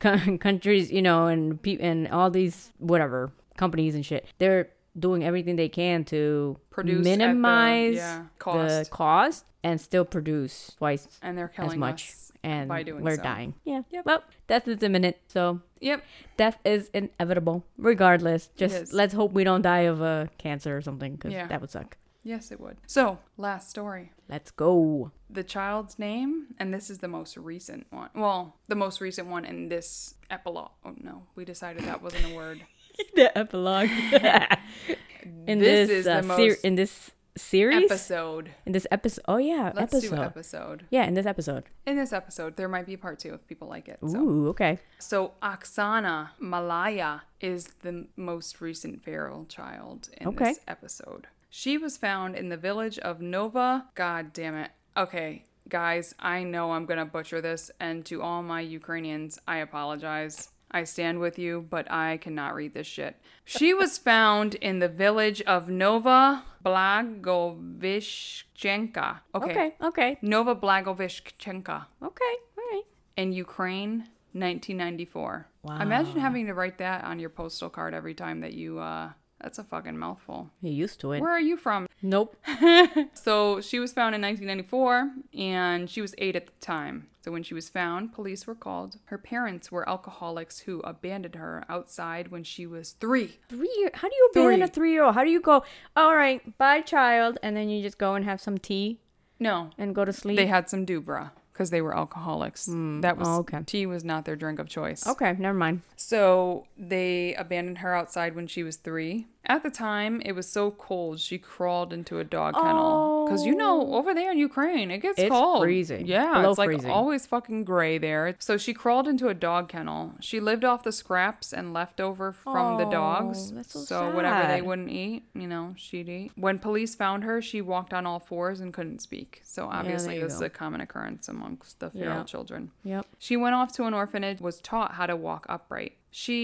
Speaker 3: co- countries, you know, and pe- and all these whatever companies and shit. They're doing everything they can to
Speaker 2: Produce at the-
Speaker 3: minimize
Speaker 2: yeah,
Speaker 3: the
Speaker 2: cost.
Speaker 3: cost and still produce twice
Speaker 2: and they're
Speaker 3: as
Speaker 2: killing
Speaker 3: much.
Speaker 2: us
Speaker 3: And
Speaker 2: by doing
Speaker 3: we're
Speaker 2: so.
Speaker 3: dying. Yeah.
Speaker 2: Yep.
Speaker 3: Well, death is imminent. So
Speaker 2: Yep.
Speaker 3: death is inevitable, regardless.
Speaker 2: is.
Speaker 3: Just let's hope we don't die of a cancer or something, because
Speaker 2: Yeah.
Speaker 3: that would suck.
Speaker 2: Yes, it would. So, last story.
Speaker 3: Let's go.
Speaker 2: The child's name, and this is the most recent one. Well, the most recent one in this epilogue. Oh no, we decided that wasn't a word.
Speaker 3: the epilogue. in
Speaker 2: This
Speaker 3: this,
Speaker 2: is the
Speaker 3: uh, ser-
Speaker 2: most
Speaker 3: in this series,
Speaker 2: Episode.
Speaker 3: in this episode. Oh yeah,
Speaker 2: Let's
Speaker 3: episode.
Speaker 2: do episode.
Speaker 3: yeah, in this episode.
Speaker 2: In this episode, there might be part two if people like it. So,
Speaker 3: Ooh, okay.
Speaker 2: so Oksana Malaya is the most recent feral child in
Speaker 3: Okay.
Speaker 2: this episode. She was found in the village of Nova. God damn it. Okay, guys, I know I'm gonna butcher this, and to all my Ukrainians, I apologize. I stand with you, but I cannot read this shit. She was found in the village of Nova Blagovishchenka. Okay.
Speaker 3: Okay. Okay.
Speaker 2: Nova Blagovishchenka
Speaker 3: Okay. All right.
Speaker 2: in Ukraine, 1994. Imagine having to write that on your postal card every time that you, uh, that's a fucking mouthful.
Speaker 3: You're used to it.
Speaker 2: Where are you from?
Speaker 3: nope.
Speaker 2: So she was found in 1994 and she was eight at the time. So when she was found, police were called. Her parents were alcoholics who abandoned her outside when she was three.
Speaker 3: Three year. How do you abandon a
Speaker 2: Three.
Speaker 3: three year old? How do you go? All right, bye, child, and then you just go and have some tea
Speaker 2: No,
Speaker 3: and go to sleep.
Speaker 2: they had some Dubra because they were alcoholics. that was,
Speaker 3: Oh, okay.
Speaker 2: tea was not their drink of choice.
Speaker 3: okay. Never mind.
Speaker 2: So they abandoned her outside when she was three. At the time, it was so cold she crawled into a dog kennel. Because you know, over there in Ukraine, it gets
Speaker 3: Oh. It's
Speaker 2: cold.
Speaker 3: freezing.
Speaker 2: Yeah,
Speaker 3: Below
Speaker 2: it's like
Speaker 3: freezing.
Speaker 2: always fucking gray there. So she crawled into a dog kennel. She lived off the scraps and leftover from the dogs.
Speaker 3: Oh, that's so
Speaker 2: whatever they
Speaker 3: sad.
Speaker 2: wouldn't eat, you know, she'd eat. When police found her, she walked on all fours and couldn't speak. So obviously,
Speaker 3: you
Speaker 2: this is
Speaker 3: go.
Speaker 2: a common occurrence amongst the feral
Speaker 3: Yeah.
Speaker 2: children.
Speaker 3: Yep.
Speaker 2: She went off to an orphanage, was taught how to walk upright. She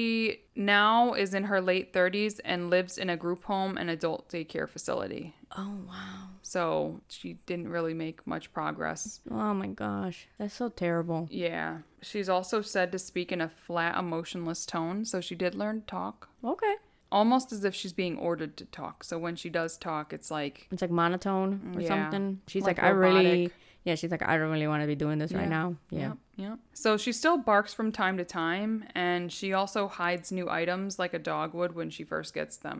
Speaker 2: now is in her late 30s and lives in a group home and adult daycare facility.
Speaker 3: Oh wow.
Speaker 2: So she didn't really make much progress.
Speaker 3: Oh my gosh. That's so terrible.
Speaker 2: Yeah. She's also said to speak in a flat, emotionless tone, so she did learn to talk.
Speaker 3: Okay.
Speaker 2: Almost as if she's being ordered to talk. So when she does talk, it's like,
Speaker 3: It's like monotone or
Speaker 2: Yeah.
Speaker 3: something. She's
Speaker 2: Like
Speaker 3: like, I really.
Speaker 2: robotic.
Speaker 3: Yeah. She's like, I don't really want to be doing this
Speaker 2: Yeah.
Speaker 3: right now. Yeah.
Speaker 2: Yep, yep. So she still barks from time to time, and she also hides new items like a dog would when she first gets them.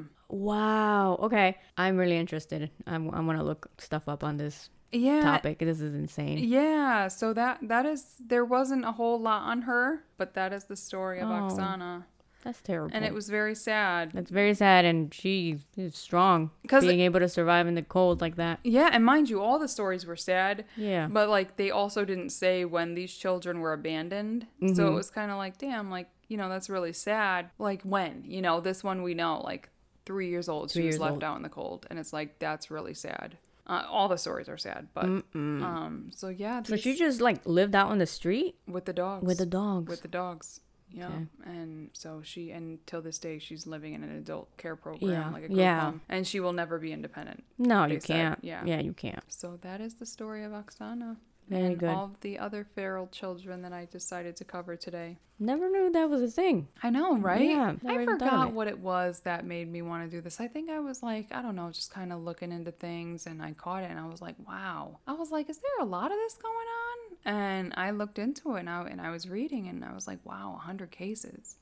Speaker 3: Wow. Okay. I'm really interested. I'm. I'm gonna look stuff up on this
Speaker 2: Yeah.
Speaker 3: topic. This is insane.
Speaker 2: Yeah, so that that is there wasn't a whole lot on her, but that is the story of
Speaker 3: Oh.
Speaker 2: Oksana,
Speaker 3: That's terrible.
Speaker 2: and it was very sad.
Speaker 3: That's very sad, and she is strong
Speaker 2: 'Cause
Speaker 3: being able to survive in the cold like that.
Speaker 2: Yeah, and mind you, all the stories were sad,
Speaker 3: Yeah.
Speaker 2: but like they also didn't say when these children were abandoned, so it
Speaker 3: Mm-hmm.
Speaker 2: was kind of like, damn, like you know that's really sad. Like when you know this one we know like three years old she
Speaker 3: Three
Speaker 2: was
Speaker 3: years
Speaker 2: left
Speaker 3: old.
Speaker 2: out in the cold, and it's like that's really sad. Uh, all the stories are sad, but um, so yeah,
Speaker 3: so she
Speaker 2: these-
Speaker 3: just like lived out on the street
Speaker 2: with the dogs
Speaker 3: with the dogs.
Speaker 2: with the dogs. Yeah,
Speaker 3: Okay.
Speaker 2: and so she, and till this day, she's living in an adult care program,
Speaker 3: Yeah,
Speaker 2: like a group
Speaker 3: yeah.
Speaker 2: home, and she will never be independent.
Speaker 3: no,
Speaker 2: they
Speaker 3: you
Speaker 2: said,
Speaker 3: can't.
Speaker 2: yeah.
Speaker 3: Yeah. yeah, you can't.
Speaker 2: So that is the story of Oksana
Speaker 3: Very
Speaker 2: and
Speaker 3: good.
Speaker 2: all of the other feral children that I decided to cover today.
Speaker 3: Never knew that was a thing.
Speaker 2: I know, right?
Speaker 3: Yeah, never
Speaker 2: I
Speaker 3: even thought of
Speaker 2: forgot
Speaker 3: it.
Speaker 2: what it was that made me want to do this. I think I was like, I don't know, just kind of looking into things and I caught it and I was like, wow. I was like, is there a lot of this going on? And I looked into it and I, and I was reading and I was like, wow, 100 cases.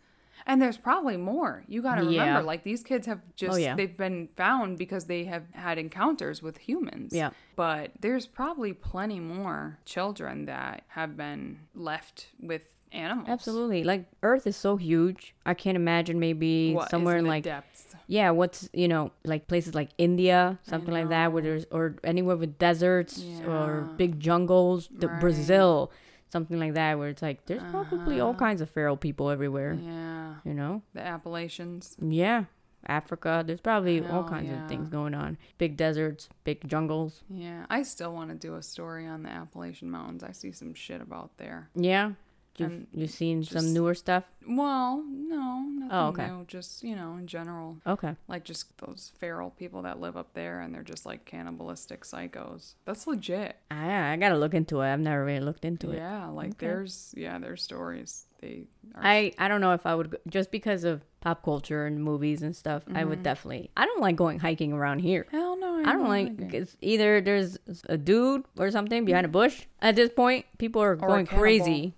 Speaker 2: And there's probably more. You got to remember,
Speaker 3: Yeah. Oh,
Speaker 2: like these kids have just,
Speaker 3: yeah.
Speaker 2: they've been found because they have had encounters with humans.
Speaker 3: Yeah.
Speaker 2: But there's probably plenty more children that have been left with animals.
Speaker 3: Absolutely. Like Earth is so huge. I can't imagine maybe
Speaker 2: What is
Speaker 3: somewhere in
Speaker 2: the
Speaker 3: like
Speaker 2: depths.
Speaker 3: yeah, what's you know like places like India, something like that, where there's or anywhere with deserts or
Speaker 2: Yeah.
Speaker 3: big jungles, the
Speaker 2: Right.
Speaker 3: Brazil, something like that, where it's like there's probably all kinds of feral people everywhere.
Speaker 2: Uh-huh. Yeah,
Speaker 3: You know.
Speaker 2: the Appalachians.
Speaker 3: Yeah. Africa, there's probably all
Speaker 2: know,
Speaker 3: kinds
Speaker 2: yeah.
Speaker 3: of things going on. Big deserts, big jungles.
Speaker 2: Yeah, I still want to do a story on the Appalachian Mountains. I see some shit about there.
Speaker 3: Yeah. You've,
Speaker 2: And
Speaker 3: you've seen some
Speaker 2: just-
Speaker 3: newer stuff?
Speaker 2: Well, no, nothing
Speaker 3: Oh, okay.
Speaker 2: new. Just you know, in general,
Speaker 3: Okay.
Speaker 2: like just those feral people that live up there, and they're just like cannibalistic psychos. That's legit.
Speaker 3: I, I gotta look into it. I've never really looked into it.
Speaker 2: Yeah, like
Speaker 3: Okay.
Speaker 2: there's yeah, their stories. They are
Speaker 3: I, I don't know if I would go- just because of pop culture and movies and stuff. I would definitely. I don't like going hiking around here.
Speaker 2: hell no.
Speaker 3: I don't like it's either there's a dude or something behind a bush. At this point, people are going
Speaker 2: cannibal.
Speaker 3: crazy.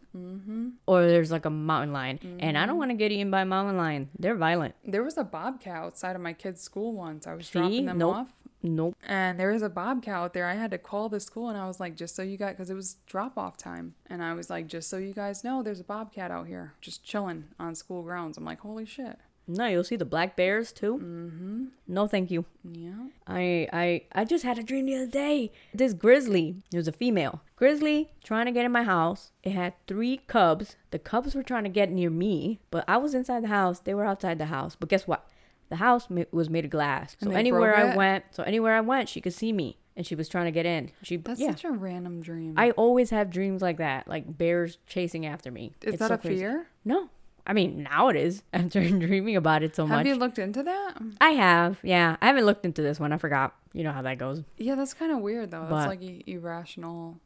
Speaker 3: Or there's like a mountain lion, and I don't want to get eaten by a mountain lion. They're violent.
Speaker 2: There was a bobcat outside of my kid's school once. I was
Speaker 3: See?
Speaker 2: dropping them
Speaker 3: Nope.
Speaker 2: off.
Speaker 3: Nope.
Speaker 2: And there was a bobcat out there. I had to call the school and I was like, just so you guys, because it was drop off time. And I was like, just so you guys know, there's a bobcat out here just chilling on school grounds. I'm like, holy shit.
Speaker 3: No, you'll see the black bears too. Mm-hmm. No, thank you.
Speaker 2: Yeah.
Speaker 3: I I I just had a dream the other day. This grizzly, it was a female grizzly, trying to get in my house. It had three cubs. The cubs were trying to get near me, but I was inside the house. They were outside the house. But guess what? The house ma- was made of glass. So
Speaker 2: And they
Speaker 3: anywhere
Speaker 2: broke
Speaker 3: I
Speaker 2: it?
Speaker 3: went, so anywhere I went, she could see me, and she was trying to get in. She
Speaker 2: That's
Speaker 3: yeah.
Speaker 2: such a random dream.
Speaker 3: I always have dreams like that, like bears chasing after me.
Speaker 2: Is
Speaker 3: It's
Speaker 2: that
Speaker 3: so
Speaker 2: a
Speaker 3: crazy.
Speaker 2: fear?
Speaker 3: No. I mean, now it is after dreaming about it so much.
Speaker 2: Have you looked into that?
Speaker 3: I have, yeah. I haven't looked into this one. I forgot. You know how that goes.
Speaker 2: Yeah, that's kind of weird though.
Speaker 3: But-
Speaker 2: that's like i- irrational.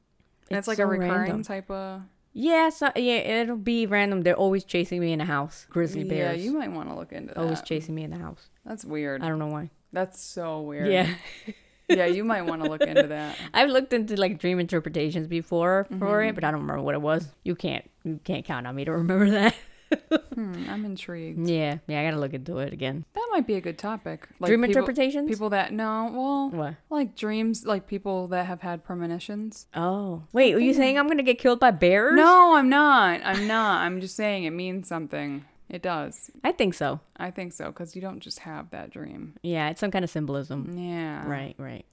Speaker 2: And it's,
Speaker 3: It's
Speaker 2: like
Speaker 3: so
Speaker 2: a recurring
Speaker 3: random.
Speaker 2: type of.
Speaker 3: Yeah, so, yeah, it'll be random. They're always chasing me in the house. Grizzly
Speaker 2: Yeah,
Speaker 3: bears.
Speaker 2: you might want to look into that.
Speaker 3: always chasing me in the house.
Speaker 2: that's weird.
Speaker 3: I don't know why.
Speaker 2: That's so weird.
Speaker 3: Yeah.
Speaker 2: yeah, you might want to look into that.
Speaker 3: I've looked into like dream interpretations before for
Speaker 2: Mm-hmm.
Speaker 3: it, but I don't remember what it was. You can't you can't count on me to remember that.
Speaker 2: Hmm, I'm intrigued.
Speaker 3: yeah, yeah, I gotta look into it again.
Speaker 2: That might be a good topic. Like
Speaker 3: dream
Speaker 2: people,
Speaker 3: interpretations?
Speaker 2: People that no, well,
Speaker 3: What?
Speaker 2: like dreams, like people that have had premonitions.
Speaker 3: Oh. Wait, are you saying I'm gonna get killed by bears?
Speaker 2: No, I'm not. I'm not. I'm just saying it means something. It does.
Speaker 3: I think so.
Speaker 2: I think so because you don't just have that dream.
Speaker 3: Yeah, it's some kind of symbolism.
Speaker 2: Yeah.
Speaker 3: Right, right.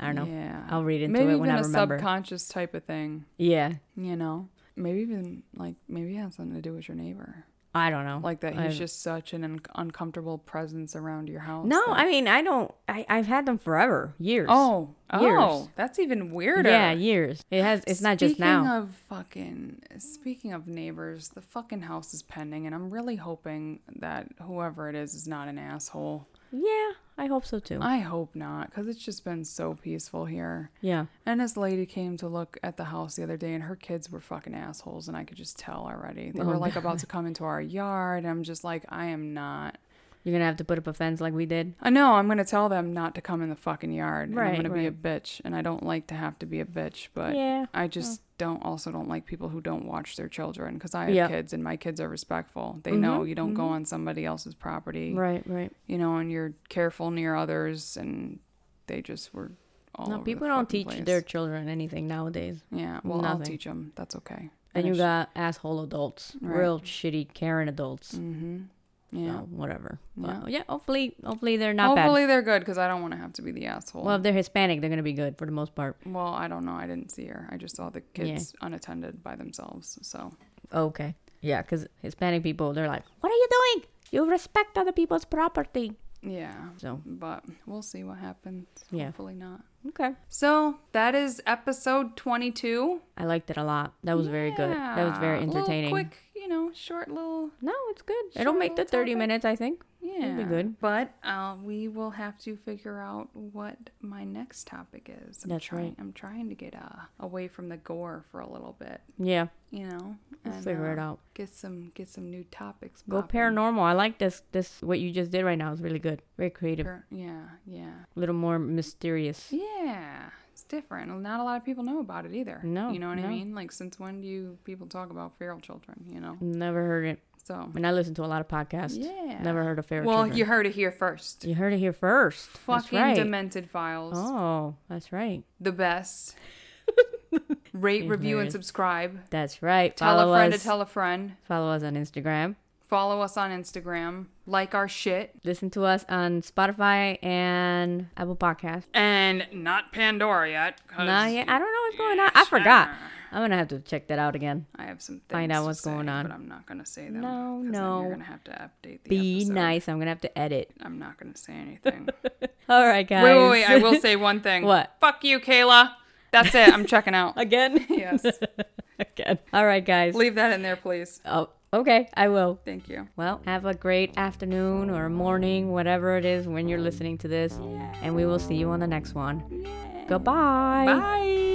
Speaker 3: I don't know.
Speaker 2: Yeah.
Speaker 3: I'll read into
Speaker 2: Maybe
Speaker 3: it when
Speaker 2: even
Speaker 3: I
Speaker 2: a
Speaker 3: remember.
Speaker 2: subconscious type of thing.
Speaker 3: yeah.
Speaker 2: You know, maybe even like maybe it has something to do with your neighbor.
Speaker 3: I don't know.
Speaker 2: Like that he's
Speaker 3: I've-
Speaker 2: just such an un- uncomfortable presence around your house.
Speaker 3: No,
Speaker 2: that-
Speaker 3: I mean I don't. I, I've had them forever, years.
Speaker 2: Oh,
Speaker 3: Years.
Speaker 2: oh, that's even weirder.
Speaker 3: yeah, years. It has. It's not just now.
Speaker 2: Speaking of fucking, speaking of neighbors, the fucking house is pending, and I'm really hoping that whoever it is is not an asshole.
Speaker 3: yeah, I hope so too.
Speaker 2: I hope not, because it's just been so peaceful here.
Speaker 3: yeah,
Speaker 2: And this lady came to look at the house the other day, and her kids were fucking assholes, and I could just tell already.
Speaker 3: Oh,
Speaker 2: They were like about to come into our yard, and I'm just like, I am not.
Speaker 3: you're gonna have to put up a fence like we did.
Speaker 2: I know I'm gonna tell them not to come in the fucking yard. and
Speaker 3: Right,
Speaker 2: I'm gonna be a bitch, and I don't like to have to be a bitch, but
Speaker 3: Yeah.
Speaker 2: I just don't also don't like people who don't watch their children because I have
Speaker 3: Yep.
Speaker 2: kids and my kids are respectful. They know you don't go on somebody else's property,
Speaker 3: Mm-hmm. Right, right.
Speaker 2: you know, and you're careful near others, and they just were all.
Speaker 3: No,
Speaker 2: over the
Speaker 3: people don't
Speaker 2: fucking
Speaker 3: teach
Speaker 2: place.
Speaker 3: their children anything nowadays.
Speaker 2: Yeah, well, I'll
Speaker 3: nothing.
Speaker 2: teach them. That's okay.
Speaker 3: And you
Speaker 2: Finish.
Speaker 3: got asshole adults,
Speaker 2: Right.
Speaker 3: real shitty Karen adults.
Speaker 2: Mm-hmm. yeah.
Speaker 3: So, whatever.
Speaker 2: Yeah.
Speaker 3: Well, Mm, yeah. Hopefully, hopefully they're not
Speaker 2: Hopefully they're good because I don't want to have to be the asshole.
Speaker 3: bad. Well, if they're Hispanic, they're gonna be good for the most part.
Speaker 2: well, I don't know. I didn't see her. I just saw the kids unattended by themselves. So
Speaker 3: Okay. Yeah, because Hispanic people, they're like, "What are you doing? You respect other people's property."
Speaker 2: yeah.
Speaker 3: So
Speaker 2: but we'll see what happens.
Speaker 3: Yeah.
Speaker 2: Hopefully not.
Speaker 3: okay.
Speaker 2: So that is episode 22.
Speaker 3: I liked it a lot. That was very good. That was very
Speaker 2: Yeah, a little
Speaker 3: entertaining.
Speaker 2: quick, you know, short little.
Speaker 3: No, it's good. It'll make the
Speaker 2: little
Speaker 3: 30
Speaker 2: topic.
Speaker 3: minutes, I think.
Speaker 2: Yeah.
Speaker 3: be good.
Speaker 2: But uh, we will have to figure out what my next topic is. I'm
Speaker 3: That's
Speaker 2: trying,
Speaker 3: right.
Speaker 2: I'm trying to get uh, away from the gore for a little bit,
Speaker 3: Yeah.
Speaker 2: you know.
Speaker 3: We'll
Speaker 2: and,
Speaker 3: figure it
Speaker 2: uh,
Speaker 3: out.
Speaker 2: Get some get some new topics.
Speaker 3: Go
Speaker 2: popping.
Speaker 3: paranormal. I like this this what you just did right now is really good. Very creative.
Speaker 2: Par- yeah, yeah.
Speaker 3: A little more mysterious.
Speaker 2: Yeah, it's different. Not a lot of people know about it either.
Speaker 3: No,
Speaker 2: you know what
Speaker 3: no.
Speaker 2: I mean. Like, since when do you people talk about feral children? You know,
Speaker 3: Never heard it.
Speaker 2: so
Speaker 3: And I listen to a lot of podcasts.
Speaker 2: yeah.
Speaker 3: Never heard of fairy
Speaker 2: Well,
Speaker 3: children.
Speaker 2: you heard it here first.
Speaker 3: You heard it here first. That's
Speaker 2: Fucking
Speaker 3: right.
Speaker 2: demented files,
Speaker 3: Oh, that's right.
Speaker 2: the best. Rate, review, and
Speaker 3: Hilarious.
Speaker 2: subscribe.
Speaker 3: That's right.
Speaker 2: Tell
Speaker 3: Follow
Speaker 2: a friend
Speaker 3: us.
Speaker 2: to tell a friend.
Speaker 3: Follow us on Instagram.
Speaker 2: Follow us on Instagram. Like our shit.
Speaker 3: Listen to us on Spotify and Apple Podcasts.
Speaker 2: And not Pandora yet. 'cause
Speaker 3: Nah, yeah, I don't know what's going on. I forgot. I'm gonna have to check that out again.
Speaker 2: I have some things
Speaker 3: Find out
Speaker 2: to
Speaker 3: what's going
Speaker 2: say,
Speaker 3: on.
Speaker 2: But I'm not going to say them.
Speaker 3: No,
Speaker 2: 'cause then
Speaker 3: no.
Speaker 2: You're going to have to update the
Speaker 3: Be
Speaker 2: episode.
Speaker 3: nice. I'm gonna have to edit.
Speaker 2: I'm not gonna say anything.
Speaker 3: All right, guys.
Speaker 2: Wait, wait, wait. I will say one thing.
Speaker 3: What?
Speaker 2: Fuck you, Kayla. That's it. I'm checking out.
Speaker 3: again.
Speaker 2: yes.
Speaker 3: again. All right, guys.
Speaker 2: Leave that in there, please.
Speaker 3: Oh, okay, I will.
Speaker 2: Thank you.
Speaker 3: Well, have a great afternoon or morning, whatever it is when you're listening to this. And we will see you on the next one. Goodbye.
Speaker 2: Bye.